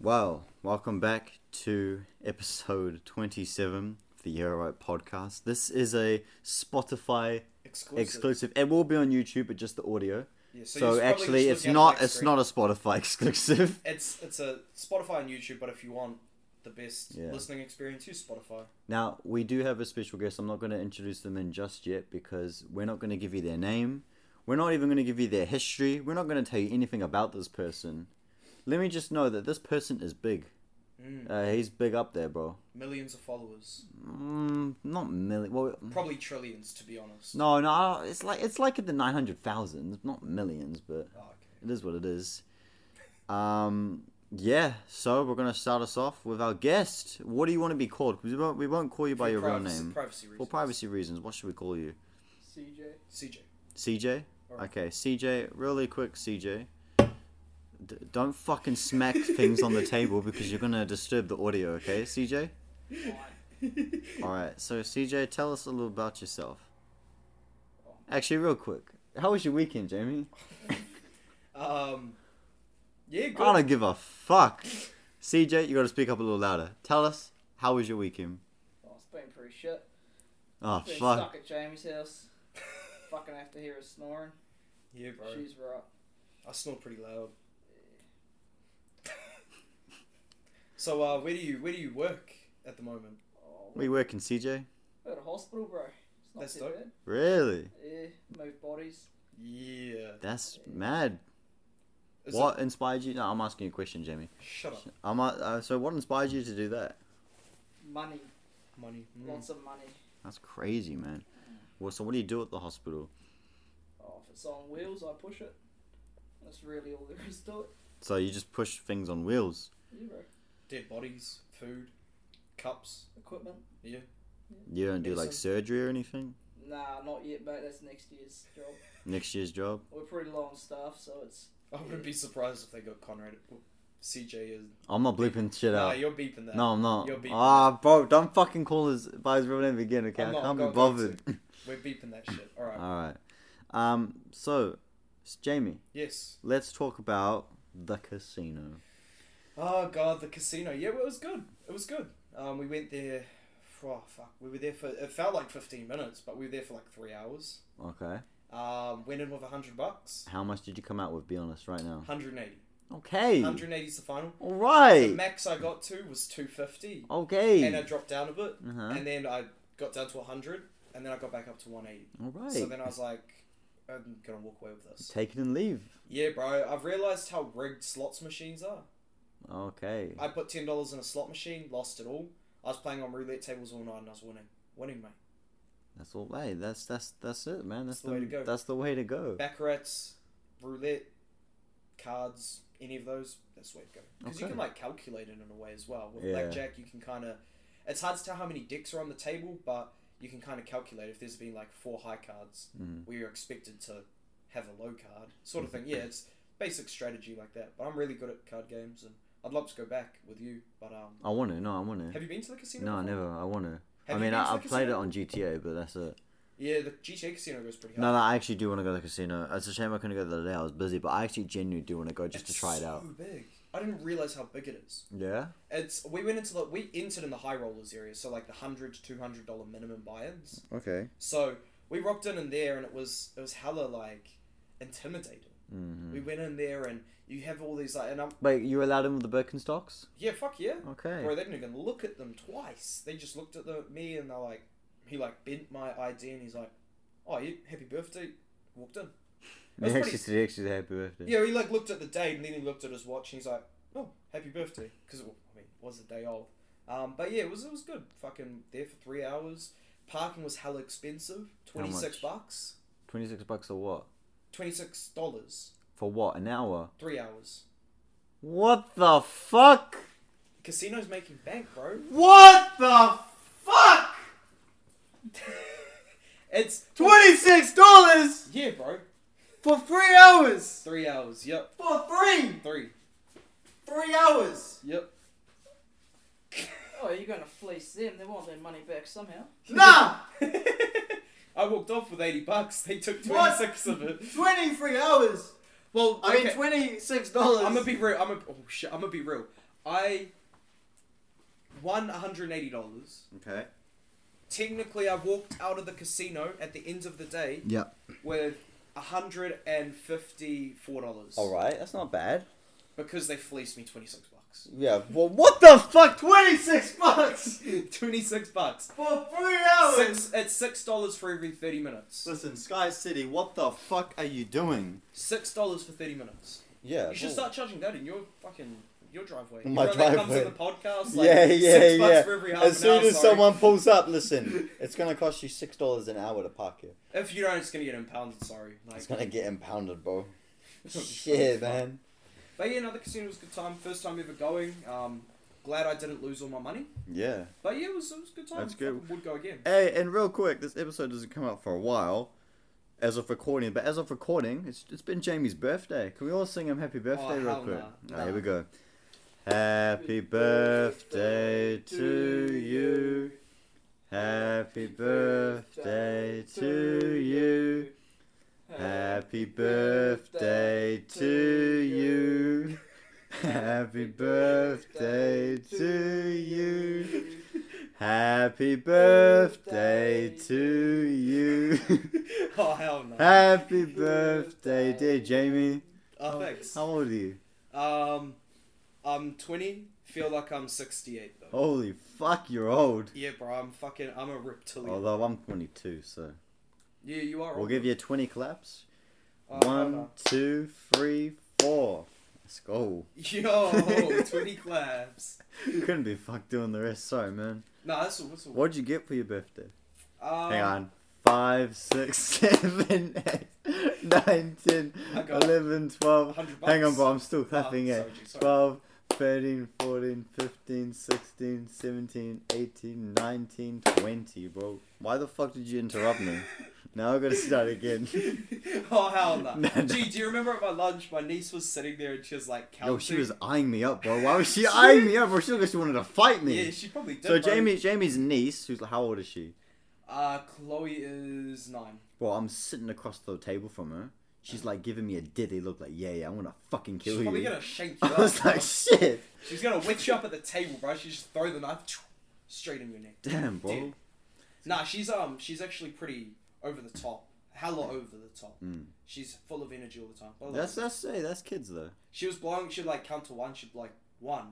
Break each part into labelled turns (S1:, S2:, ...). S1: Well, welcome back to episode 27 of the Euro Right podcast. This is a Spotify
S2: Exclusive.
S1: exclusive. It will be on YouTube, but just the audio.
S2: Yeah,
S1: So,
S2: so you're probably
S1: actually,
S2: just
S1: it's
S2: looking at
S1: not
S2: the
S1: it's
S2: next
S1: not a Spotify exclusive.
S2: screen. It's it's a Spotify and YouTube, but if you want the best
S1: Yeah.
S2: listening experience, use Spotify.
S1: Now, we do have a special guest. I'm not going to introduce them in just yet because we're not going to give you their name. We're not even going to give you their history. We're not going to tell you anything about this person. Let me just know that this person is big.
S2: Mm.
S1: Uh, he's big up there, bro.
S2: Millions of followers,
S1: Mm, not million. Well,
S2: probably trillions, to be honest.
S1: no, no. It's like it's like in the nine hundred thousands, not millions, but
S2: Oh, okay.
S1: it is what it is. Um, yeah. So we're gonna start us off with our guest. What do you want to be called? 'Cause We won't, we won't call you by
S2: For
S1: your
S2: privacy,
S1: real name.
S2: Privacy reasons.
S1: For privacy reasons, what should we call you?
S3: CJ.
S2: CJ.
S1: CJ?
S2: Alright.
S1: Okay, CJ, really quick, CJ. D- don't fucking smack things on the table because you're gonna disturb the audio, okay, CJ? Alright, so CJ, tell us a little about yourself. Actually, real quick, how was your weekend, Jamie?
S2: Um. Yeah. Good.
S1: I don't give a fuck. CJ, you gotta speak up a little louder. Tell us, how was your weekend?
S3: Oh, it's been pretty shit.
S1: Oh,
S3: Been
S1: fuck.
S3: stuck at Jamie's house. Fucking have to hear her snoring.
S2: Yeah, bro.
S3: She's right.
S2: I snore pretty loud. so, uh, where do you where do you work at the moment?
S3: Oh,
S1: We working, CJ?
S3: we're at a hospital, bro. It's not
S2: That's
S3: too
S2: dope.
S3: bad.
S1: Really?
S3: Yeah, move bodies.
S2: Yeah.
S1: That's mad.
S2: Is
S1: what inspired you? No, I'm asking you a question, Jamie.
S2: it- shut up.
S1: I'm, uh, uh, so, what inspired you to do that?
S3: Money.
S2: Money. Mm.
S3: Lots of money.
S1: That's crazy, man. Well, so what do you do at the hospital?
S3: Oh, if it's on wheels, I push it. That's really all there is to it.
S1: So you just push things on wheels.
S3: Yeah, bro.
S2: Dead bodies. Food. Cups.
S3: Equipment.
S1: You don't do like
S2: Medicine.
S1: surgery or anything.
S3: Nah, not yet, mate. That's next year's job.
S1: Next year's job.
S3: We're pretty low on staff, so it's.
S2: I wouldn't be surprised if they got Conrad. CJ is.
S1: I'm not bleeping shit
S2: Nah,
S1: out.
S2: you're beeping that.
S1: No, I'm not.
S2: You're beeping
S1: Ah, bro, don't fucking call his by his real name again, okay?
S2: I'm
S1: I
S2: not
S1: can't be
S2: going to.
S1: bothered.
S2: We're beeping that shit. All right.
S1: All right. Um. So, s- Jamie,
S2: yes.
S1: let's talk about the casino.
S2: Oh god, the casino. Yeah, well, it was good. It was good. Um, we went there. For, oh fuck, we were there for. It felt like fifteen minutes, but we were there for like three hours.
S1: Okay.
S2: Um, went in with hundred bucks.
S1: How much did you come out with? Be honest, right now.
S2: 180.
S1: Okay.
S2: 180 is the final.
S1: All
S2: The
S1: right.
S2: max I got to was 250, and I
S1: Okay.
S2: dropped down a bit,
S1: Uh huh.
S2: and then I got down to 100, and then I got back up to 180.
S1: All
S2: So
S1: right.
S2: then I was like, I'm gonna walk away with this.
S1: Take it and leave.
S2: Yeah, bro. I've realized how rigged slots machines are.
S1: Okay.
S2: I put ten dollars in a slot machine, lost it all. I was playing on roulette tables all night, and I was winning, winning, mate.
S1: That's all. Hey, that's that's that's it, man. That's
S2: That's
S1: the,
S2: the way to go.
S1: That's the way to go.
S2: Baccarats, roulette, cards, any of those, that's the way to go. Because you
S1: Okay.
S2: can like calculate it in a way as well. With
S1: Yeah.
S2: blackjack, you can kind of. It's hard to tell how many decks are on the table, but you can kind of calculate if there's been like four high cards
S1: Mhm.
S2: where you're expected to have a low card, sort of thing. Yeah, it's basic strategy like that. But I'm really good at card games, and I'd love to go back with you. But um,
S1: I want to. No, I want to.
S2: have you been to the casino?
S1: No, I
S2: before?
S1: never. I want to.
S2: Have
S1: I
S2: you
S1: mean,
S2: been to
S1: I,
S2: the
S1: I played it
S2: casino?
S1: on GTA, but that's it.
S2: Yeah, the GTA casino goes pretty hard.
S1: No, no, I actually do want to go to the casino. It's a shame I couldn't go the other day. I was busy, but I actually genuinely do want to go just to
S2: It's
S1: try it
S2: so
S1: out.
S2: big. I didn't realize how big it is.
S1: Yeah.
S2: It's we went into the we entered in the high rollers area, so like the hundred to two hundred dollar minimum buy-ins.
S1: Okay.
S2: So we rocked in in there, and it was it was hella like intimidating.
S1: hmm
S2: We went in there, and you have all these like, and I'm
S1: Wait, you were allowed in with the Birkenstocks?
S2: yeah, fuck yeah,
S1: Okay.
S2: bro. They didn't even look at them twice. They just looked at the me, and they're like, he like bent my ID, and he's like, oh, you happy birthday. Walked in.
S1: They
S2: That's
S1: actually
S2: pretty-
S1: said actually happy birthday.
S2: Yeah, he like looked at the date and then he looked at his watch and he's like, "Oh, happy birthday!" Because I mean, it was the day old. Um, but yeah, it was it was good. Fucking there for three hours. Parking was hella expensive. Twenty
S1: much?
S2: six bucks.
S1: Twenty six bucks or what?
S2: Twenty six dollars.
S1: For what? An hour?
S2: Three hours.
S1: What the fuck?
S2: Casino's making bank, bro.
S1: What the fuck?
S2: it's
S1: Twenty six dollars
S2: Yeah, bro.
S1: for three hours.
S2: Three hours. Yep.
S1: For three!
S2: Three.
S1: Three hours!
S2: Yep.
S3: Oh, you're gonna fleece them. They want their money back somehow.
S1: Nah!
S2: I walked off with eighty bucks. They took twenty
S1: What?
S2: six of it.
S1: 23 hours!
S2: Well,
S1: I
S2: okay.
S1: mean, $26.
S2: I'm gonna be real. I'm gonna, oh shit. I'm gonna be real. I won $180.
S1: Okay.
S2: Technically, I walked out of the casino at the end of the day
S1: Yeah.
S2: with $154.
S1: All right. That's not bad.
S2: Because they fleeced me 26 bucks.
S1: Yeah. Well, what the fuck? Twenty six bucks
S2: 26 bucks.
S1: for three hours.
S2: Six, it's $6 for every 30 minutes.
S1: Listen, Sky City, what the fuck are you doing?
S2: $6 for 30 minutes.
S1: Yeah.
S2: You should start charging that in your fucking your driveway.
S1: In my
S2: you know, that comes
S1: driveway.
S2: in the podcast. Like,
S1: Yeah, yeah, yeah.
S2: six Bucks for every half
S1: As
S2: an
S1: soon
S2: hour,
S1: as
S2: sorry.
S1: someone pulls up, listen, it's gonna cost you six dollars an hour to park here.
S2: if you don't, it's gonna get impounded. Sorry. Like,
S1: It's gonna get impounded, bro.
S2: it's gonna be
S1: Shit,
S2: fucking
S1: man.
S2: fun. But yeah, no, the casino was a good time. First time ever going. Um, glad I didn't lose all my money.
S1: Yeah.
S2: But yeah, it was, it was a good time.
S1: That's good.
S2: Fucking Would go again.
S1: Hey, and real quick, this episode doesn't come out for a while, as of recording. But as of recording, it's it's been Jamie's birthday. Can we all sing him happy birthday real
S2: Oh, hell
S1: quick?
S2: nah.
S1: Ah, here we
S2: Nah.
S1: go. Happy birthday to you. Happy birthday to you. Happy birthday to you. Happy birthday to you. Happy birthday to you.
S2: oh hell no.
S1: Happy birthday, dear Jamie.
S2: oh thanks.
S1: How old are you?
S2: Um, I'm 20. Feel like I'm 68 though.
S1: Holy fuck, you're old.
S2: Yeah, bro. I'm fucking. I'm a reptilian.
S1: Although I'm 22, so
S2: yeah, you are.
S1: we'll
S2: old.
S1: give you 20 claps.
S2: Oh, hell
S1: One,
S2: no.
S1: two, three, four. Let's go.
S2: Yo, 20 claps.
S1: Couldn't be fucked doing the rest. Sorry, man.
S2: Nah, that's all. That's all.
S1: What'd you get for your birthday?
S2: Um,
S1: Hang on. Five, six, seven, eight, nine, ten,
S2: I got
S1: eleven, twelve.
S2: 100 bucks.
S1: Hang on, bro. I'm still clapping.
S2: Oh,
S1: eh?
S2: sorry, G, sorry.
S1: 12, 13, 14, 15, 16, 17, 18, 19, 20, bro. Why the fuck did you interrupt me? now I've got to start again.
S2: oh hell no.
S1: No, no.
S2: Gee, do you remember at my lunch, my niece was sitting there and she was like counting.
S1: Yo, she was eyeing me up, bro. Why was she eyeing me up, bro? She looked like she wanted to fight me.
S2: Yeah, she probably did.
S1: so
S2: bro.
S1: Jamie, Jamie's niece, who's how old is she?
S2: Uh, Chloe is nine.
S1: Bro, I'm sitting across the table from her. She's like giving me a diddy look, like, yeah, yeah, I'm gonna fucking kill
S2: Uh-huh. She's probably
S1: you.
S2: gonna shank you.
S1: I was
S2: up,
S1: like,
S2: bro.
S1: shit.
S2: she's gonna witch you up at the table, bro. She just throw the knife straight in your neck.
S1: Damn, bro.
S2: Dude. Nah, she's um, she's actually pretty over the top. Hella over the top.
S1: Mm.
S2: She's full of energy all the time. Well,
S1: That's that's hey, that's kids though.
S2: She was blowing. She'd like count to one. She'd be like one,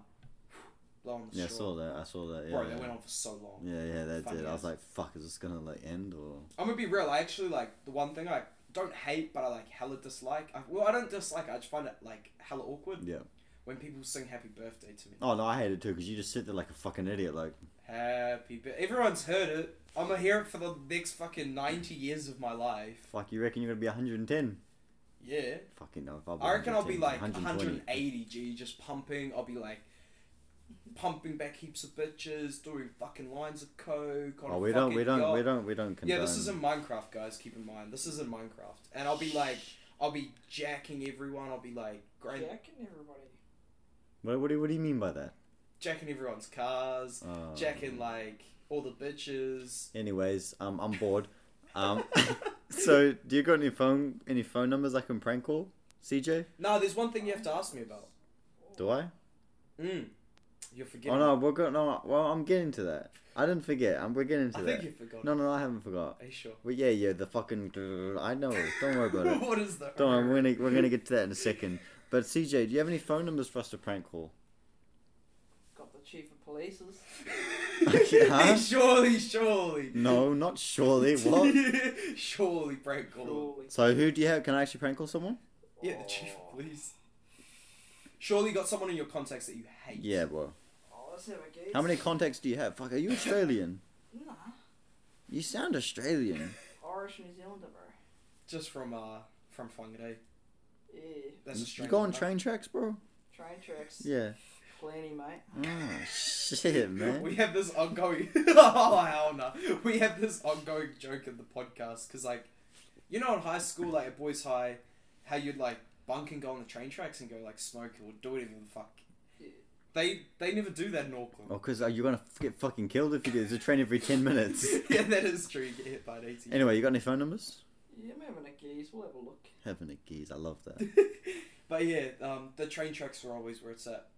S2: blow on the
S1: Yeah, I
S2: straw.
S1: saw that. I saw that. Yeah,
S2: Bro,
S1: yeah.
S2: that went on for so long.
S1: Yeah, yeah, that
S2: Funny
S1: did. I
S2: ass.
S1: was like, fuck, is this gonna like end or?
S2: I'm gonna be real. I actually like the one thing I don't hate, but I like hella dislike. I, well, I don't dislike. I just find it like hella awkward
S1: Yeah.
S2: when people sing "Happy Birthday" to me.
S1: Oh no, I hate it too because you just sit there like a fucking idiot. Like,
S2: Happy birthday. Everyone's heard it. I'm gonna hear it for the next fucking ninety years of my life.
S1: fuck, you reckon you're gonna be 110?
S2: Yeah.
S1: Fucking no. If I'll be
S2: I reckon I'll be
S1: 110,
S2: like
S1: 120.
S2: 180 G, just pumping. I'll be like pumping back heaps of bitches, doing fucking lines of coke. On
S1: Oh,
S2: a
S1: we don't, we
S2: fucking
S1: don't,
S2: yacht.
S1: we don't, we don't condone.
S2: Yeah, this is in Minecraft, guys. Keep in mind, this is in Minecraft, and I'll be like, I'll be jacking everyone. I'll be like, grand-
S3: Jacking everybody.
S1: What, what do, you- what do you mean by that?
S2: jacking everyone's cars,
S1: Uh,
S2: jacking like all the bitches.
S1: Anyways, um, I'm bored. Um, so do you got any phone, any phone numbers I can prank call? CJ,
S2: No, there's one thing you have to ask me about.
S1: do I?
S2: Mm. You're
S1: oh
S2: forgetting.
S1: no, we're going. No, well, I'm getting to that. I didn't forget. I'm we're getting to
S2: I
S1: that.
S2: think you forgot.
S1: No, no, no, I haven't forgot.
S2: Are you sure?
S1: Well, yeah, yeah, the fucking. I know. Oh, Don't worry about it.
S2: what is that?
S1: Don't worry, we're gonna we're gonna get to that in a second. But CJ, do you have any phone numbers for us to prank call?
S3: Got the chief of police's.
S1: Okay, huh?
S2: surely, surely.
S1: No, not surely. What?
S2: surely, prank call.
S3: Surely.
S1: So who do you have? Can I actually prank call someone?
S2: Yeah, the chief of police. Surely you got someone in your contacts that you hate.
S1: Yeah, bro.
S3: Oh, let's have a guess.
S1: How many contacts do you have? Fuck, are you Australian?
S3: Nah,
S1: You sound Australian.
S3: Irish New Zealander, bro.
S2: Just from uh from Whangarei.
S3: Yeah,
S2: That's
S1: you
S2: Australian.
S1: go on
S2: right?
S1: train tracks, bro?
S3: train tracks.
S1: Yeah.
S3: Plenty, mate.
S1: Oh shit,
S2: We
S1: man.
S2: have this ongoing. oh hell no! We have this ongoing joke in the podcast because like, you know, in high school, like at boys' high, how you'd like bunk and go on the train tracks and go like smoke or do whatever the fuck.
S3: Yeah.
S2: They they never do that in Auckland.
S1: Oh, cause are you gonna f- get fucking killed if you do? There's a train every ten minutes.
S2: yeah, that is true. You get hit by an E eighty.
S1: Anyway, you got any phone numbers?
S3: Yeah, I'm having a gaze. We'll have a look.
S1: Heaven of geez, I love that.
S2: but yeah, um, the train tracks were always where it's at.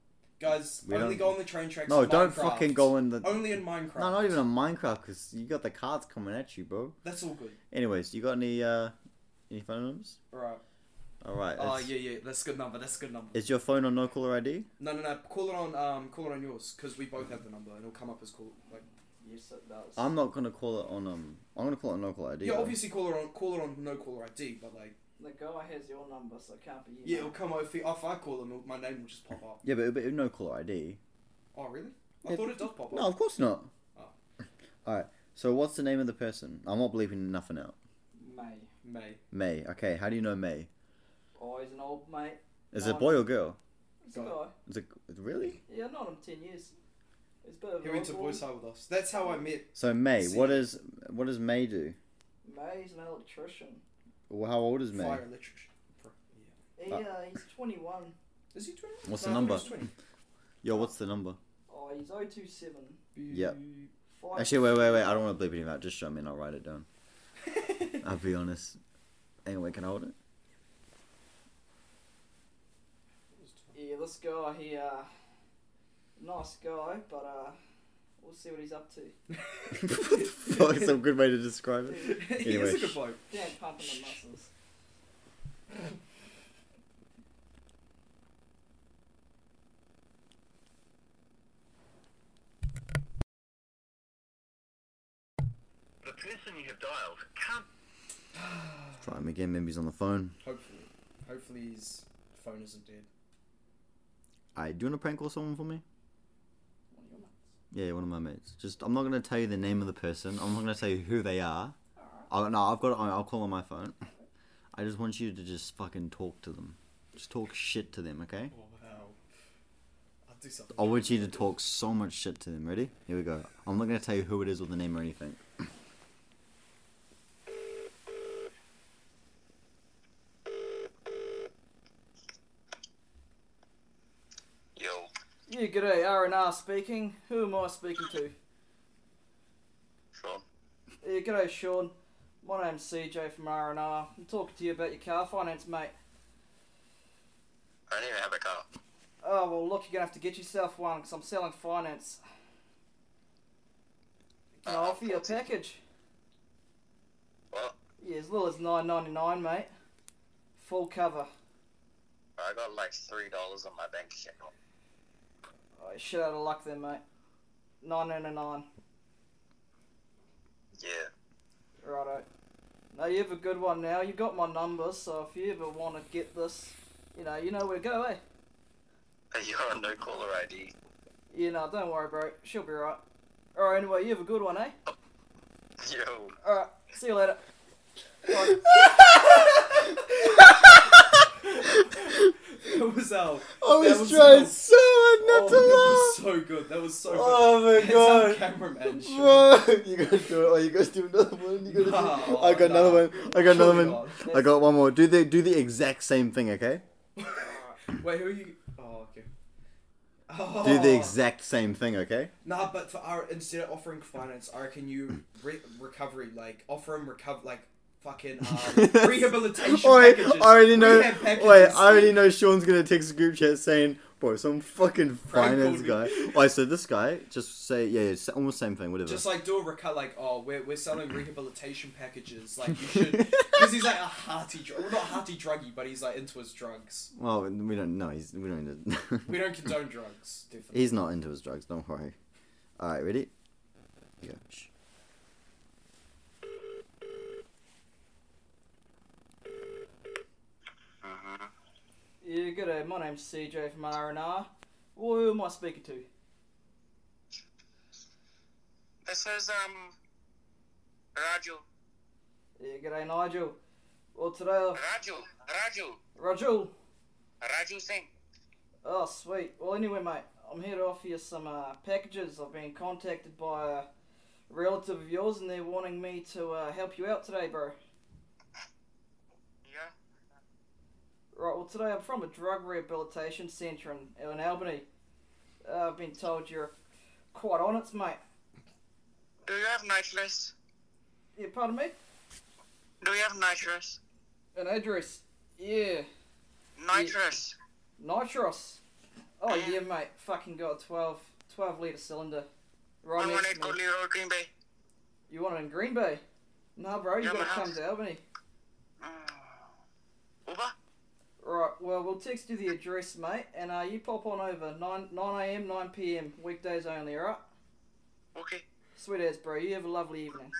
S2: Guys,
S1: We
S2: only
S1: don't-
S2: go on the train tracks.
S1: No,
S2: in
S1: don't
S2: Minecraft.
S1: fucking go in the.
S2: Only in Minecraft.
S1: No, not even on Minecraft, because you got the cards coming at you, bro.
S2: That's all good.
S1: Anyways, you got any uh, any phone numbers?
S2: All right.
S1: All right.
S2: Oh
S1: it's-
S2: yeah, yeah. That's a good number. That's a good number.
S1: Is your phone on no caller ID?
S2: No, no, no. Call it on. Um, call it on yours because we both have the number and it'll come up as call. Like,
S3: Yes, it does.
S1: I'm not gonna call it on um. I'm gonna call it on no caller ID.
S2: yeah,
S1: though.
S2: obviously call it on. Call it on no caller ID, but like,
S3: The guy has your number, so it can't be
S2: yeah,
S3: you.
S2: it'll come up. If, if I call him, it'll- my name will just pop up.
S1: Yeah, but, but no caller ID.
S2: Oh really? I
S1: Yeah.
S2: thought it does pop up.
S1: No, of course not.
S2: Oh.
S1: All right. So what's the name of the person? I'm not believing nothing out.
S3: May.
S2: May.
S1: May. Okay. How do you know May?
S3: Oh, he's an old mate.
S1: Is
S3: Um,
S1: it boy or girl?
S3: He's a
S2: Guy.
S3: guy.
S1: Is it really?
S3: Yeah, not him ten years. He's a bit of
S2: He
S3: an
S2: went to
S3: oddball.
S2: Boys High with us. That's how I met.
S1: So May.
S2: See.
S1: What is what does May do?
S3: May, he's an electrician.
S1: Well, How old is May?
S2: Fire electrician. Pro- Yeah.
S3: He,
S1: Uh,
S3: uh, he's 21.
S2: Is he twenty?
S1: What's
S2: No,
S1: the
S2: I thought
S1: number?
S2: he was 20.
S1: Yo, what's the number?
S3: Oh, he's 027.
S1: Yeah.
S3: Five-
S1: Actually, wait, wait, wait. I don't want to bleep anything out. Just show me and I'll write it down. I'll be honest. Anyway, can I hold it?
S3: Yeah, this guy, he, uh, nice guy, but, uh, we'll see what he's up to.
S1: Fuck, it's a good way to describe it.
S2: he is
S1: Anyway,
S2: a good bloke.
S3: Damn, pumping the muscles.
S4: The person you have dialed can't.
S1: Try him again. Maybe he's on the phone.
S2: Hopefully, hopefully his phone isn't dead.
S1: I do you want to prank call someone for me?
S3: One of your mates.
S1: Yeah, one of my mates. Just I'm not gonna tell you the name of the person. I'm not gonna tell you who they are. I'll, no, I've got. It on, I'll call on my phone. I just want you to just fucking talk to them. Just talk shit to them, okay?
S2: Oh wow. I'll do something.
S1: I want you to talk so much shit to them. Ready? Here we go. I'm not gonna tell you who it is or the name or anything.
S4: Yo,
S3: Yeah, g'day, R&R speaking. Who am I speaking to?
S4: Sean.
S3: Yeah, g'day, Sean. My name's CJ from R&R. I'm talking to you about your car finance, mate.
S4: I don't even have a car.
S3: Oh, well, look, you're going to have to get yourself one, because I'm selling finance. Can I offer you a package?
S4: Well,
S3: Yeah, as little as nine ninety nine, mate. Full cover.
S4: I got like three dollars on my bank account.
S3: Oh, you're shit out of luck then, mate. Nine out of nine.
S4: Yeah.
S3: Righto. No, you have a good one now. You got my number, so if you ever want to get this, you know, you know where to go, eh?
S4: You're on no caller ID.
S3: You know, don't worry, bro. She'll be right. Alright, anyway, you have a good one, eh?
S4: Yo.
S3: Alright, see you later. Bye.
S2: That was our.
S1: I
S2: was was trying enough.
S1: so hard
S2: Oh, that was so good. That was so good.
S1: Oh my
S2: That's our
S1: God.
S2: cameraman. Sean.
S1: Bro, you gotta do it. Oh, you guys do another one. You gotta do.
S2: No,
S1: I got another
S2: no.
S1: one. I got another
S2: Surely
S1: one. I got one more. Do the do the exact same thing, okay?
S2: Wait, who are you? Oh, okay. Oh.
S1: Do the exact same thing, okay?
S2: Nah, but for our instead of offering finance, I reckon you re- recovery like offer him recover like fucking um, rehabilitation
S1: Oi,
S2: packages.
S1: I already know.
S2: Rehab packages.
S1: Wait, I already know Sean's gonna text a group chat saying, "Bro, some fucking finance guy."
S2: Prank called
S1: Wait, so this guy just say, yeah, yeah, s- almost same thing, whatever.
S2: Just like do a recut, like oh, we're, we're selling rehabilitation packages. Like you should, because he's like a hearty, dr- well, not hearty druggy, but he's like into his drugs.
S1: well, we don't know. He's we don't. Need
S2: We don't condone drugs, definitely.
S1: He's not into his drugs. Don't worry. All right, ready? Yeah. shh.
S4: Mm-hmm.
S3: yeah, g'day. My name's CJ from R&R. Well, who am I speaking to?
S4: This is um. Raju,
S3: Yeah, g'day, Nigel. Well, today, I-
S4: Raju, Raju,
S3: Rajul.
S4: Raju Singh.
S3: Oh, sweet. Well, anyway, mate, I'm here to offer you some uh, packages. I've been contacted by a relative of yours, and they're wanting me to uh, help you out today, bro.
S4: Yeah.
S3: Right, well, today I'm from a drug rehabilitation centre in, in Albany. Uh, I've been told you're quite on it, mate.
S4: Do you have nitrous?
S3: Yeah, pardon me?
S4: Do you have nitrous?
S3: An address. Yeah,
S4: Nitrous.
S3: Nitros. Oh yeah, mate. Fucking got a 12, 12 litre cylinder. Right
S4: I want
S3: next
S4: it
S3: to me.
S4: Goodley Road, Green Bay.
S3: You want it in Green Bay? Nah, bro. You
S4: Yeah,
S3: gotta
S4: my
S3: come
S4: house.
S3: to Albany.
S4: Mm. Uber?
S3: Right. Well, we'll text you the address, mate, and uh, you pop on over nine nine a.m. nine p.m. weekdays only. All right.
S4: Okay.
S3: Sweet as, bro. You have a lovely evening.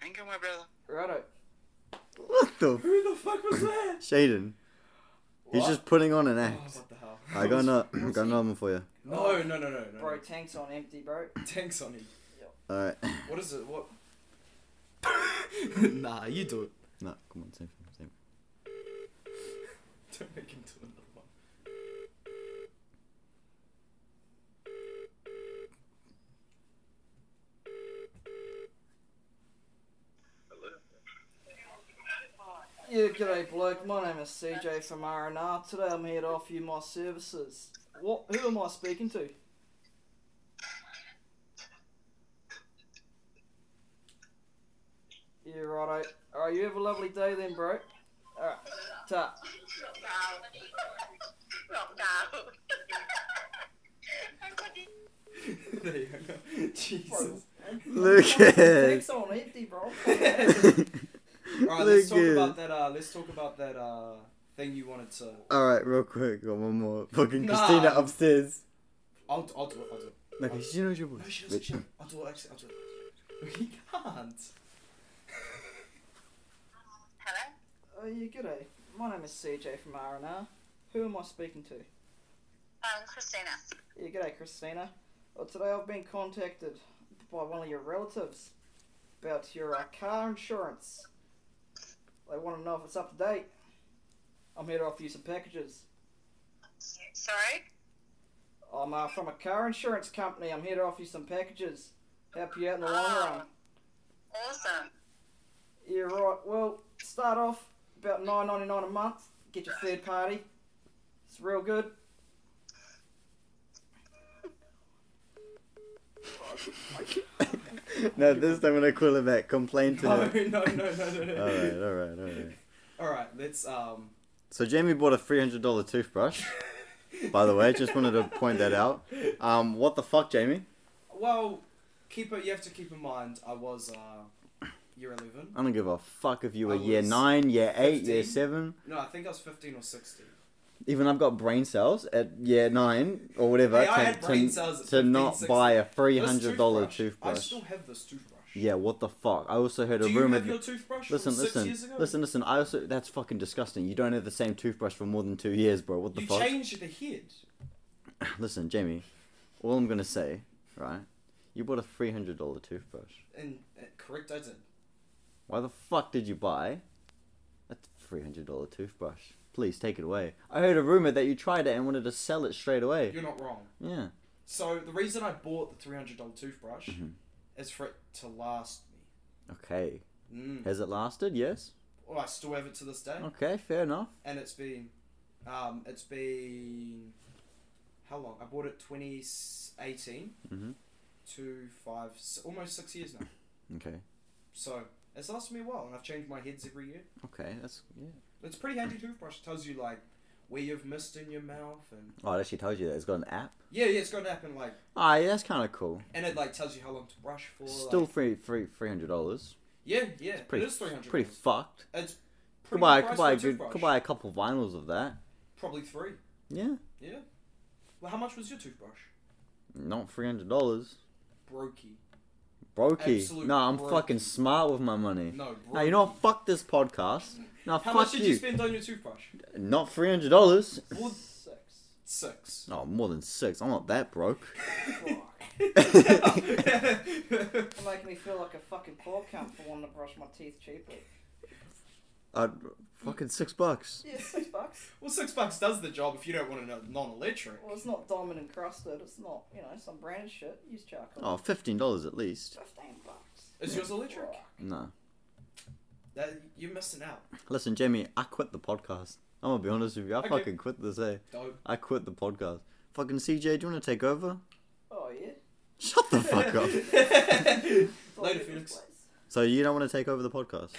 S4: Thank you, my brother.
S3: Righto.
S1: What the? F-
S2: Who the fuck was that?
S1: Shaden, he's
S2: What?
S1: just putting on an
S2: Oh,
S1: act.
S2: what the hell?
S1: I got another,
S3: what's
S1: got
S3: he-
S1: another one for you.
S2: No, no, no, no, no.
S3: Bro, tank's on empty, bro.
S2: Tanks on him.
S1: All right.
S2: What is it? What? nah, you do it.
S1: No, come on, same, same.
S2: Don't make him do another one.
S3: Yeah, g'day bloke. My name is CJ from R&R. Today I'm here to offer you my services. What? Who am I speaking to? Yeah, righto. Alright, you have a lovely day then, bro. Alright, ta.
S2: there you go. Jesus.
S1: Lucas.
S3: Tank's on empty, bro.
S2: Alright, let's talk
S1: Lucas.
S2: about that. Uh, let's talk about that uh, thing you wanted to.
S1: All right, real quick, got one more. Fucking
S2: Nah.
S1: Christina upstairs.
S2: I'll, I'll do it. I'll do it.
S1: Okay, she knows your
S2: No,
S1: voice.
S2: she doesn't. She doesn't. I'll do it. Actually, I'll do it. He can't.
S5: Hello?
S3: Oh, yeah, g'day. My name is CJ from R&R. Who am I speaking to?
S5: I'm Um, Christina.
S3: Yeah, g'day, Christina. Well, today I've been contacted by one of your relatives about your uh, car insurance. They want to know if it's up to date. I'm here to offer you some packages.
S5: Sorry?
S3: I'm uh, from a car insurance company. I'm here to offer you some packages. Help you out in the long
S5: Oh.
S3: run.
S5: Awesome.
S3: Yeah, right. Well, start off about nine ninety nine a month. Get your third party. It's real good.
S1: no, this time when I call her back, complain to
S2: No,
S1: her.
S2: no, no,
S1: All
S2: no, no. no.
S1: right, all right, all right.
S2: All right. Let's um.
S1: So Jamie bought a three hundred dollar toothbrush. By the way, just wanted to point that out. Um, what the fuck, Jamie?
S2: Well, keep it. You have to keep in mind. I was uh, year eleven.
S1: I don't give a fuck if you were
S2: I
S1: year
S2: was
S1: nine, year eight, year
S2: 15.
S1: seven.
S2: No, I think I was fifteen or sixteen.
S1: Even I've got brain cells at year nine or whatever
S2: Hey,
S1: to,
S2: I had
S1: to-
S2: brain cells at
S1: to
S2: 15,
S1: not
S2: 16.
S1: buy a three
S2: This
S1: hundred dollar
S2: I
S1: toothbrush.
S2: still have this toothbrush.
S1: Yeah, what the fuck? I also heard a
S2: Do you
S1: rumor.
S2: have your toothbrush
S1: Listen,
S2: from six
S1: listen,
S2: years ago?
S1: listen, listen. I also that's fucking disgusting. You don't have the same toothbrush for more than two years, bro. What the
S2: You
S1: fuck?
S2: changed the head.
S1: Listen, Jamie. All I'm gonna say, right? You bought a three hundred dollar toothbrush.
S2: And uh, correct, I did.
S1: Why the fuck did you buy a three hundred dollar toothbrush? Please take it away. I heard a rumor that you tried it and wanted to sell it straight away.
S2: You're not wrong.
S1: Yeah.
S2: So the reason I bought the three hundred dollar toothbrush
S1: Mhm.
S2: is for it to last me.
S1: Okay.
S2: Mm.
S1: Has it lasted? Yes.
S2: Oh, I still have it to this day,
S1: Okay. Fair enough.
S2: and it's been, um, it's been, how long? I bought it twenty eighteen
S1: Mhm.
S2: to five, s- almost six years now.
S1: Okay.
S2: So it's lasted me a while, and I've changed my heads every year.
S1: Okay. That's yeah.
S2: It's a pretty handy toothbrush. It tells you like where you've missed in your mouth, and
S1: Oh, it actually tells you that it's got an app.
S2: yeah, yeah, it's got an app and like,
S1: Ah, yeah, that's kind of cool.
S2: and it like tells you how long to brush for.
S1: Still
S2: like-
S1: free, free, three hundred dollars.
S2: yeah, yeah,
S1: Pretty,
S2: it is three hundred.
S1: pretty fucked.
S2: It's
S1: Could
S2: pretty
S1: buy,
S2: good
S1: could
S2: price
S1: buy
S2: for
S1: a
S2: a
S1: good,
S2: toothbrush.
S1: could buy a couple vinyls of that.
S2: Probably three.
S1: Yeah,
S2: Yeah. Well, how much was your toothbrush?
S1: not three hundred dollars.
S2: Brokey.
S1: Brokey.
S2: Absolute
S1: No, I'm
S2: brokey.
S1: fucking smart with my money.
S2: No, brokey.
S1: No, you know, what? fuck this podcast. No,
S2: How
S1: fuck
S2: much did you.
S1: you.
S2: spend on your toothbrush?
S1: Not three hundred dollars.
S2: Well-
S3: Six.
S2: Six.
S1: No, more than six. I'm not that broke.
S3: Fuck.
S2: I'd
S3: You're making me feel like a fucking poor cunt for wanting to brush my teeth cheaply.
S1: i Uh, fucking six bucks.
S3: Yeah, six bucks.
S2: Well, six bucks does the job if you don't want a non-electric.
S3: Well, it's not diamond encrusted. It's not, you know, some branded shit. Use charcoal.
S1: Oh, fifteen dollars at least.
S3: Fifteen bucks.
S2: Is yours electric?
S1: No,
S2: That you're missing out.
S1: listen, Jamie, I quit the podcast. I'm gonna be honest with you. I
S2: Okay.
S1: fucking quit this. Hey,
S2: Dope.
S1: I quit the podcast. Fucking CJ, do you want to take over?
S3: Oh yeah.
S1: Shut the fuck up.
S3: It's all
S2: Later,
S3: over the
S2: Phoenix.
S3: place.
S1: So you don't want to take over the podcast.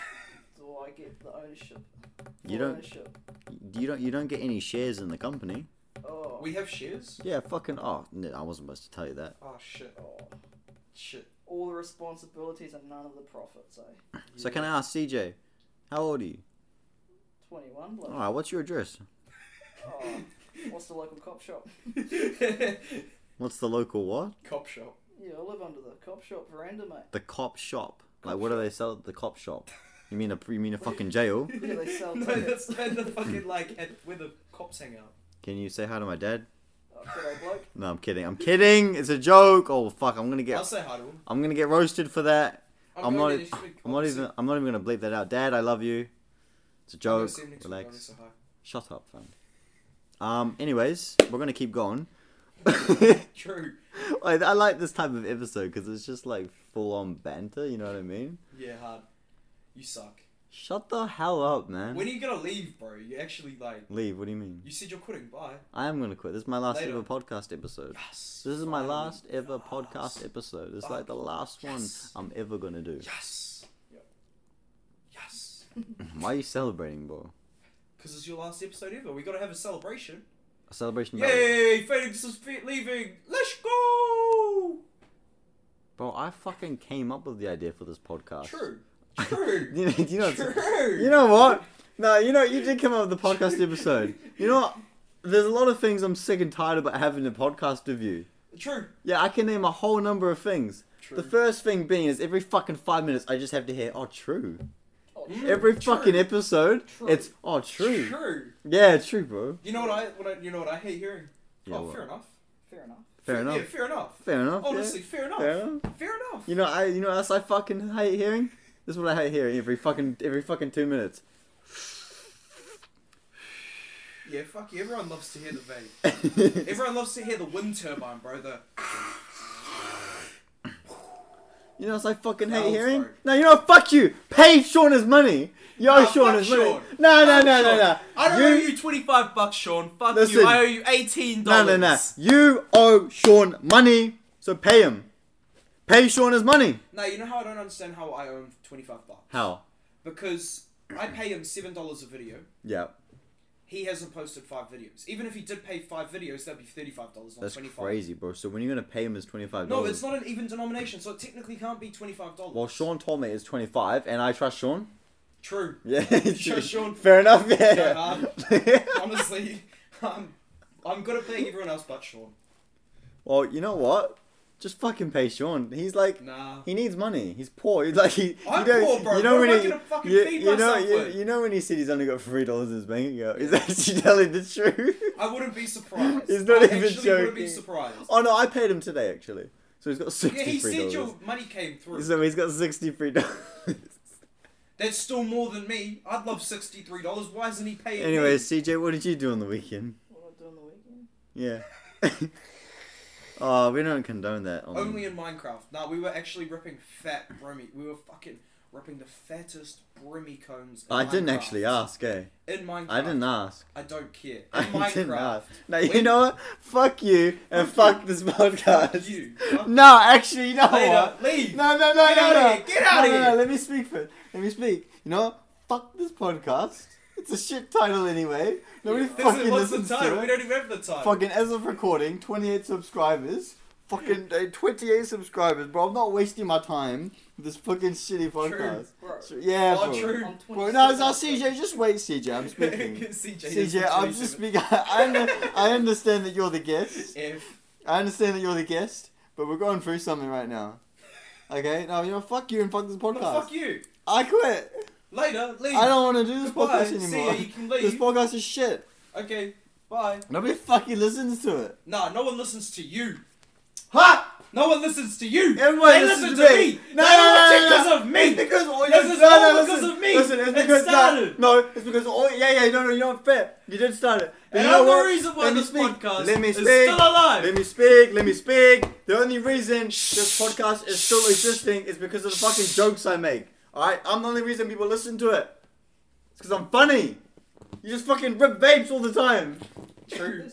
S3: Do I get the ownership?
S1: You
S3: Full
S1: don't-
S3: Ownership?
S1: You don't. You don't get any shares in the company.
S3: Oh.
S2: We have shares?
S1: Yeah, fucking. Oh, no, I wasn't supposed to tell you that.
S2: Oh, shit.
S3: oh.
S2: Shit.
S3: All the responsibilities and none of the profits, eh?
S1: So can I ask CJ, how old are you?
S3: 21 blood.
S1: All right, what's your address?
S3: Oh. What's the local cop shop?
S1: What's the local what?
S2: Cop shop.
S3: Yeah, I live under the cop shop veranda, mate.
S1: The cop shop. Like, what do they sell at the cop shop? You mean a you mean a fucking jail?
S3: Yeah, they sell
S2: no,
S3: tickets.
S2: that's in the fucking, like, at, where the cops hang out.
S1: Can you say hi to my dad?
S3: Oh, good old bloke.
S1: No, I'm kidding. I'm kidding. It's a joke. Oh fuck, I'm gonna
S2: I'll
S1: get
S2: say hi to him.
S1: I'm gonna get roasted for that. I'm
S2: going
S1: not. e-
S2: to next week.
S1: I'm not
S2: Obviously,
S1: even. I'm not even gonna bleep that out. Dad, I love you. It's a
S2: I'm gonna
S1: joke.
S2: see him next week, I'm gonna
S1: Relax.
S2: say hi.
S1: Shut up, fam. Um. Anyways, we're gonna keep going.
S2: True.
S1: I, I like this type of episode because it's just like full on banter. You know what I mean?
S2: Yeah, hard. You suck.
S1: Shut the hell up, man.
S2: When are you gonna leave, bro? You actually like.
S1: Leave. What do you mean?
S2: You said you're quitting. Bye.
S1: I am gonna quit. This is my last
S2: Later.
S1: ever podcast episode.
S2: Yes.
S1: This is my
S2: finally.
S1: last ever
S2: Yes.
S1: podcast episode. It's like the last one
S2: Yes.
S1: I'm ever gonna do.
S2: Yes. Yes.
S1: Why are you celebrating, bro?
S2: Because it's your last episode ever. We gotta have a celebration.
S1: A celebration, bro.
S2: Yay! Phoenix is fe- leaving. Let's go.
S1: Bro, I fucking came up with the idea for this podcast.
S2: True. True.
S1: you know, do you know,
S2: True.
S1: you know what? No, you know, you did come up with the podcast episode. You know what? There's a lot of things I'm sick and tired about having a podcast with you.
S2: True.
S1: Yeah, I can name a whole number of things.
S2: True.
S1: The first thing being is every fucking five minutes I just have to hear, oh, true.
S3: Oh,
S2: Mm.
S1: Every
S2: True.
S1: fucking episode,
S3: True.
S1: it's, oh, true.
S2: True.
S1: Yeah, true, bro.
S2: You know what I? What I? You know what I hate hearing?
S1: Yeah,
S2: oh,
S1: what?
S2: fair enough.
S3: Fair enough.
S1: Fair
S2: Yeah,
S1: enough.
S2: fair enough.
S1: Fair enough. yeah.
S2: Honestly, fair enough.
S1: Fair enough.
S2: Fair enough.
S1: You know, I you know what else I fucking hate hearing? This is what I hate hearing every fucking every fucking two minutes.
S2: Yeah, fuck you. Everyone loves to hear the vape.
S1: you
S2: Everyone loves to hear the wind turbine, bro. The
S1: know what else I fucking hate
S2: Oh,
S1: hearing?
S2: sorry.
S1: No, you know what? Fuck you. Pay Sean his money. Yo,
S2: Nah,
S1: Oh, Sean
S2: fuck
S1: his money.
S2: Sean.
S1: No, no,
S2: Fuck
S1: no, no,
S2: Sean.
S1: no.
S2: I don't
S1: you,
S2: owe you twenty five bucks, Sean. Fuck
S1: Listen.
S2: you. I owe you eighteen
S1: No,
S2: dollars.
S1: no, no. You owe Sean money, so pay him. Pay Sean his money.
S2: No, you know how I don't understand how I owe him twenty five bucks?
S1: How?
S2: Because I pay him seven dollars a video.
S1: Yeah,
S2: He hasn't posted five videos. Even if he did pay five videos, that'd be thirty five dollars, not
S1: that's
S2: twenty five.
S1: crazy, bro. So when you're gonna pay him his twenty five
S2: No,
S1: dollars?
S2: it's not an even denomination, so it technically can't be twenty five dollars.
S1: Well, Sean told me it's twenty five, and I trust Sean.
S2: True.
S1: Yeah,
S2: Sure, Sean.
S1: Fair enough.
S2: Yeah,
S1: Yeah.
S2: Honestly, I'm I'm good at paying everyone else but Sean.
S1: Well, you know what? Just fucking pay Sean. He's like,
S2: Nah.
S1: he needs money. He's poor. He's like, he,
S2: I'm
S1: you know,
S2: poor, bro.
S1: You know
S2: What am
S1: when
S2: I
S1: he,
S2: gonna fucking
S1: you,
S2: feed
S1: you know,
S2: myself
S1: you,
S2: with?
S1: you know when he said he's only got three dollars in his bank account. He's actually telling the truth.
S2: I wouldn't be surprised.
S1: He's not
S2: I
S1: even
S2: actually wouldn't be
S1: joking.
S2: surprised.
S1: Oh no, I paid him today actually. So he's got
S2: Yeah, he
S1: sixty-three
S2: said
S1: dollars.
S2: your money came through.
S1: So he's got sixty-three dollars.
S2: That's still more than me. I'd love sixty-three dollars. Why isn't he paying?
S1: anyway,
S2: me?
S1: CJ, what did you do on the weekend?
S3: What do I do on the
S1: Yeah.
S3: weekend?
S1: oh, we don't condone that. On...
S2: only in Minecraft. Nah, we were actually ripping fat brommy. We were fucking ripping the fattest brommy cones. In
S1: I didn't
S2: Minecraft.
S1: actually ask, eh?
S2: In Minecraft,
S1: I didn't ask.
S2: I don't care. In
S1: I
S2: Minecraft,
S1: didn't ask. No, you
S2: When-
S1: know what? Fuck you and fuck this podcast.
S2: you. Fuck
S1: No, actually, you know
S2: Later,
S1: what?
S2: leave.
S1: No, no, no,
S2: Get
S1: no,
S2: outta
S1: no.
S2: here, get outta
S1: No, no, no,
S2: here.
S1: Let me speak first. Let me speak. You know what? Fuck this podcast. It's a shit title anyway. Nobody
S2: This is-
S1: fucking
S2: what's the
S1: listens
S2: title?
S1: to
S2: We
S1: it.
S2: don't even have the title.
S1: Fucking as of recording, 28 subscribers. Fucking uh, 28 subscribers, bro. I'm not wasting my time with this fucking shitty podcast.
S3: Bro.
S1: So- yeah,
S2: Oh,
S1: bro.
S2: true.
S3: I'm
S1: Bro,
S3: 26.
S1: no, it's not CJ. Just wait, CJ. I'm speaking.
S2: CJ, is
S1: CJ, I'm just
S2: 27.
S1: speaking. I, under, I understand that you're the guest.
S2: If
S1: I understand that you're the guest, but we're going through something right now. Okay? No, you know, fuck you and fuck this
S2: no,
S1: podcast.
S2: fuck you.
S1: I quit.
S2: Later, leave.
S1: I don't want to do this
S2: Goodbye.
S1: podcast
S2: See ya,
S1: anymore.
S2: you can
S1: This
S2: leave.
S1: podcast is shit.
S2: okay, bye.
S1: Nobody fucking listens to it.
S2: Nah, no one listens to you.
S1: Ha!
S2: No one listens to you.
S1: Everyone
S2: they
S1: listens
S2: listen
S1: to me. No, no,
S2: No, they
S1: no,
S2: watch it
S1: no,
S2: because
S1: no.
S2: of me.
S1: It's because all
S2: This
S1: you
S2: is
S1: no,
S2: all
S1: no,
S2: because
S1: listen,
S2: of me.
S1: Listen, it's
S2: It
S1: because no,
S2: started.
S1: No, it's because all yeah, yeah, no, no, you're not fair. You did start it. But
S2: And
S1: you know
S2: I'm the
S1: what?
S2: reason why
S1: Let me
S2: this
S1: speak.
S2: podcast
S1: Let me
S2: is
S1: speak.
S2: still alive.
S1: Let me speak. Let me speak. The only reason this podcast is still existing is because of the fucking jokes I make. All right, I'm the only reason people listen to it. It's because I'm funny. You just fucking rip vapes all the time.
S2: True.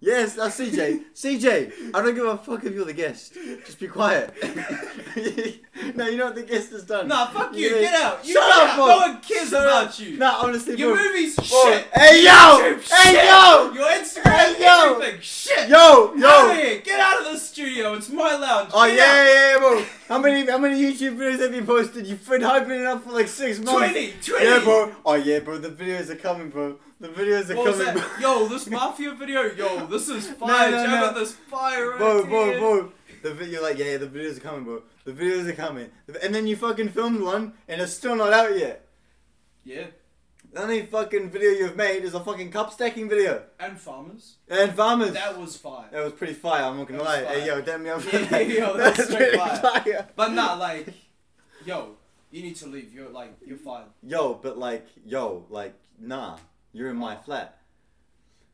S1: Yes, that's CJ. CJ, I don't give a fuck if you're the guest. Just be quiet. No, you know what? The guest is done.
S2: Nah, fuck you.
S1: Yeah.
S2: Get out. You
S1: Shut
S2: get
S1: up,
S2: out.
S1: bro.
S2: No one cares
S1: Shut
S2: about
S1: up.
S2: you.
S1: Nah, honestly,
S2: Your
S1: bro.
S2: movies
S1: Bro.
S2: shit.
S1: Hey, yo.
S2: YouTube,
S1: Hey,
S2: shit.
S1: yo.
S2: Your Instagram.
S1: Hey, yo.
S2: Everything. Shit.
S1: Yo,
S2: Out of
S1: yo.
S2: here. Get out of the studio. It's my lounge.
S1: Oh yeah,
S2: Get
S1: yeah, yeah, bro. How many, how many YouTube videos have you posted? You've been hyping it up for like six
S2: out.
S1: months.
S2: 20, 20.
S1: Yeah, bro. Oh yeah, bro. The videos are coming, bro. The videos are
S2: What was
S1: coming.
S2: that?
S1: Bro.
S2: Yo, this mafia video. Yo, this is fire.
S1: no,
S2: Jab
S1: no.
S2: at this fire. Right
S1: Bro, bro,
S2: here.
S1: bro. The video, like, yeah, yeah, the videos are coming, bro. The videos are coming. And then you fucking filmed one, and it's still not out yet.
S2: Yeah.
S1: The only fucking video you've made is a fucking cup stacking video.
S2: And farmers.
S1: And farmers.
S2: That was fire.
S1: That was pretty fire. I'm not gonna
S2: That
S1: lie.
S2: was
S1: Hey,
S2: fire.
S1: yo, damn me up. for
S2: Yeah,
S1: that.
S2: yo,
S1: That
S2: that's
S1: was
S2: straight
S1: pretty
S2: fire. But nah, like, yo, you need to leave. You're like, you're fired.
S1: Yo, but like, yo, like, nah. You're in my flat.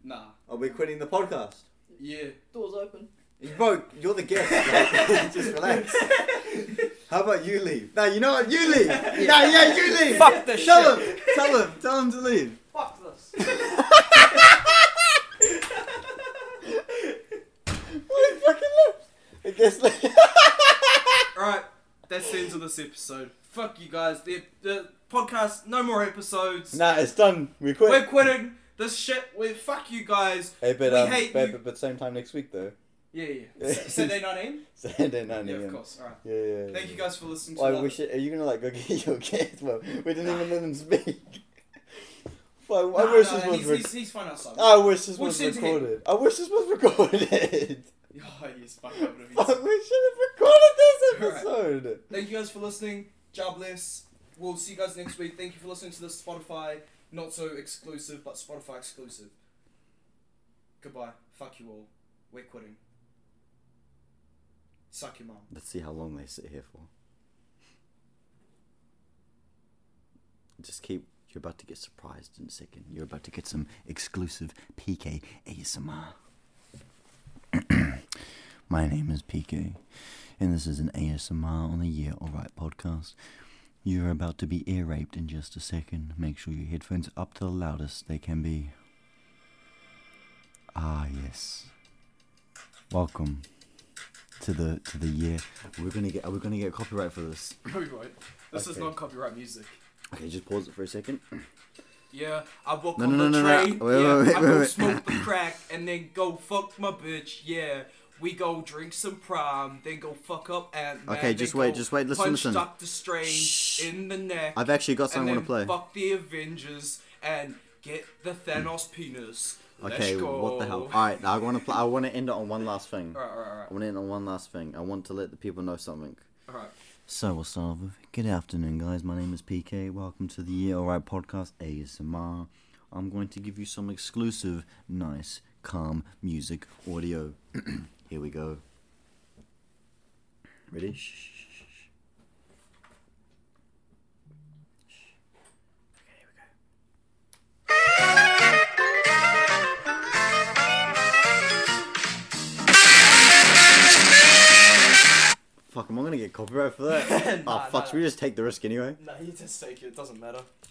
S2: Nah.
S1: Are we quitting the podcast?
S2: Yeah.
S3: Doors open.
S1: Bro, you're the guest. like, just relax. How about you leave? Nah, you know what? You leave. Nah, yeah, you leave.
S2: Fuck this
S1: tell him. Tell him. Tell him to leave.
S3: Fuck this.
S1: Well, he fucking left. I guess like.
S2: Alright, that's the end of this episode. Fuck you guys. The, the podcast, no more episodes.
S1: nah, it's done. We quit.
S2: We're quitting. This shit, we fuck you guys.
S1: Hey, but
S2: We
S1: um,
S2: hate
S1: but,
S2: you.
S1: but, but same time next week though.
S2: Yeah, yeah. yeah. S- Saturday night in?
S1: Saturday nine
S2: Yeah,
S1: a.m.
S2: of course. Alright.
S1: Yeah, yeah, yeah.
S2: Thank you guys for listening to
S1: Why
S2: another-
S1: we should? Are you gonna like go get your kids? Well, we didn't even let him speak. Why? I
S2: Nah,
S1: wish this
S2: nah,
S1: was. Ah.
S2: he's,
S1: rec-
S2: he's, he's fine outside.
S1: I wish this
S2: We'll
S1: was
S2: send it in.
S1: recorded. I wish this was recorded.
S2: Oh, yes, fuck, I would've
S1: Fuck,
S2: used it.
S1: we should have recorded this
S2: Alright.
S1: episode.
S2: Thank you guys for listening. Job bless. We'll see you guys next week. Thank you for listening to this Spotify, not so exclusive, but Spotify exclusive. Goodbye. Fuck you all. We're quitting. Suck your mum.
S1: Let's see how long they sit here for. Just keep. You're about to get surprised in a second. You're about to get some exclusive PK ASMR. My name is PK, and this is an ASMR on the Year Alright podcast. You're about to be ear raped in just a second. Make sure your headphones are up to the loudest they can be. Ah, yes. Welcome to the to the year. We're gonna get. Are we gonna get copyright for this?
S2: Copyright. This is
S1: Okay.
S2: non copyright music.
S1: Okay, just pause it for a second.
S2: Yeah, I walk
S1: No,
S2: on
S1: no,
S2: the
S1: no, no, no.
S2: train.
S1: Wait,
S2: yeah,
S1: wait, wait,
S2: I
S1: wait,
S2: go
S1: wait.
S2: smoke the crack and then go fuck my bitch. Yeah, we go drink some prime, then go fuck up Ant Man.
S1: Okay, just wait, just wait, listen,
S2: punch
S1: listen.
S2: Doctor Strange
S1: Shh.
S2: in the neck.
S1: I've actually got
S2: and
S1: something I want
S2: then
S1: to play.
S2: Fuck the Avengers and get the Thanos penis.
S1: Okay,
S2: Let's go.
S1: what the hell? All right, now I want to. Pl- I want to end it on one last thing.
S2: Alright, alright,
S1: I want to end on one last thing. I want to let the people know something.
S2: alright. alright.
S1: So we'll start off with Good afternoon, guys. My name is PK. Welcome to the Year Alright podcast ASMR. I'm going to give you some exclusive, nice, calm music audio. Here we go. Ready? Shh, shh, shh, shh, shh. Okay, here we go. Fuck, am I gonna get copyright for that?
S2: Nah,
S1: oh, fuck,
S2: nah.
S1: should we just take the risk anyway? Ah,
S2: No, you just take it. It doesn't matter.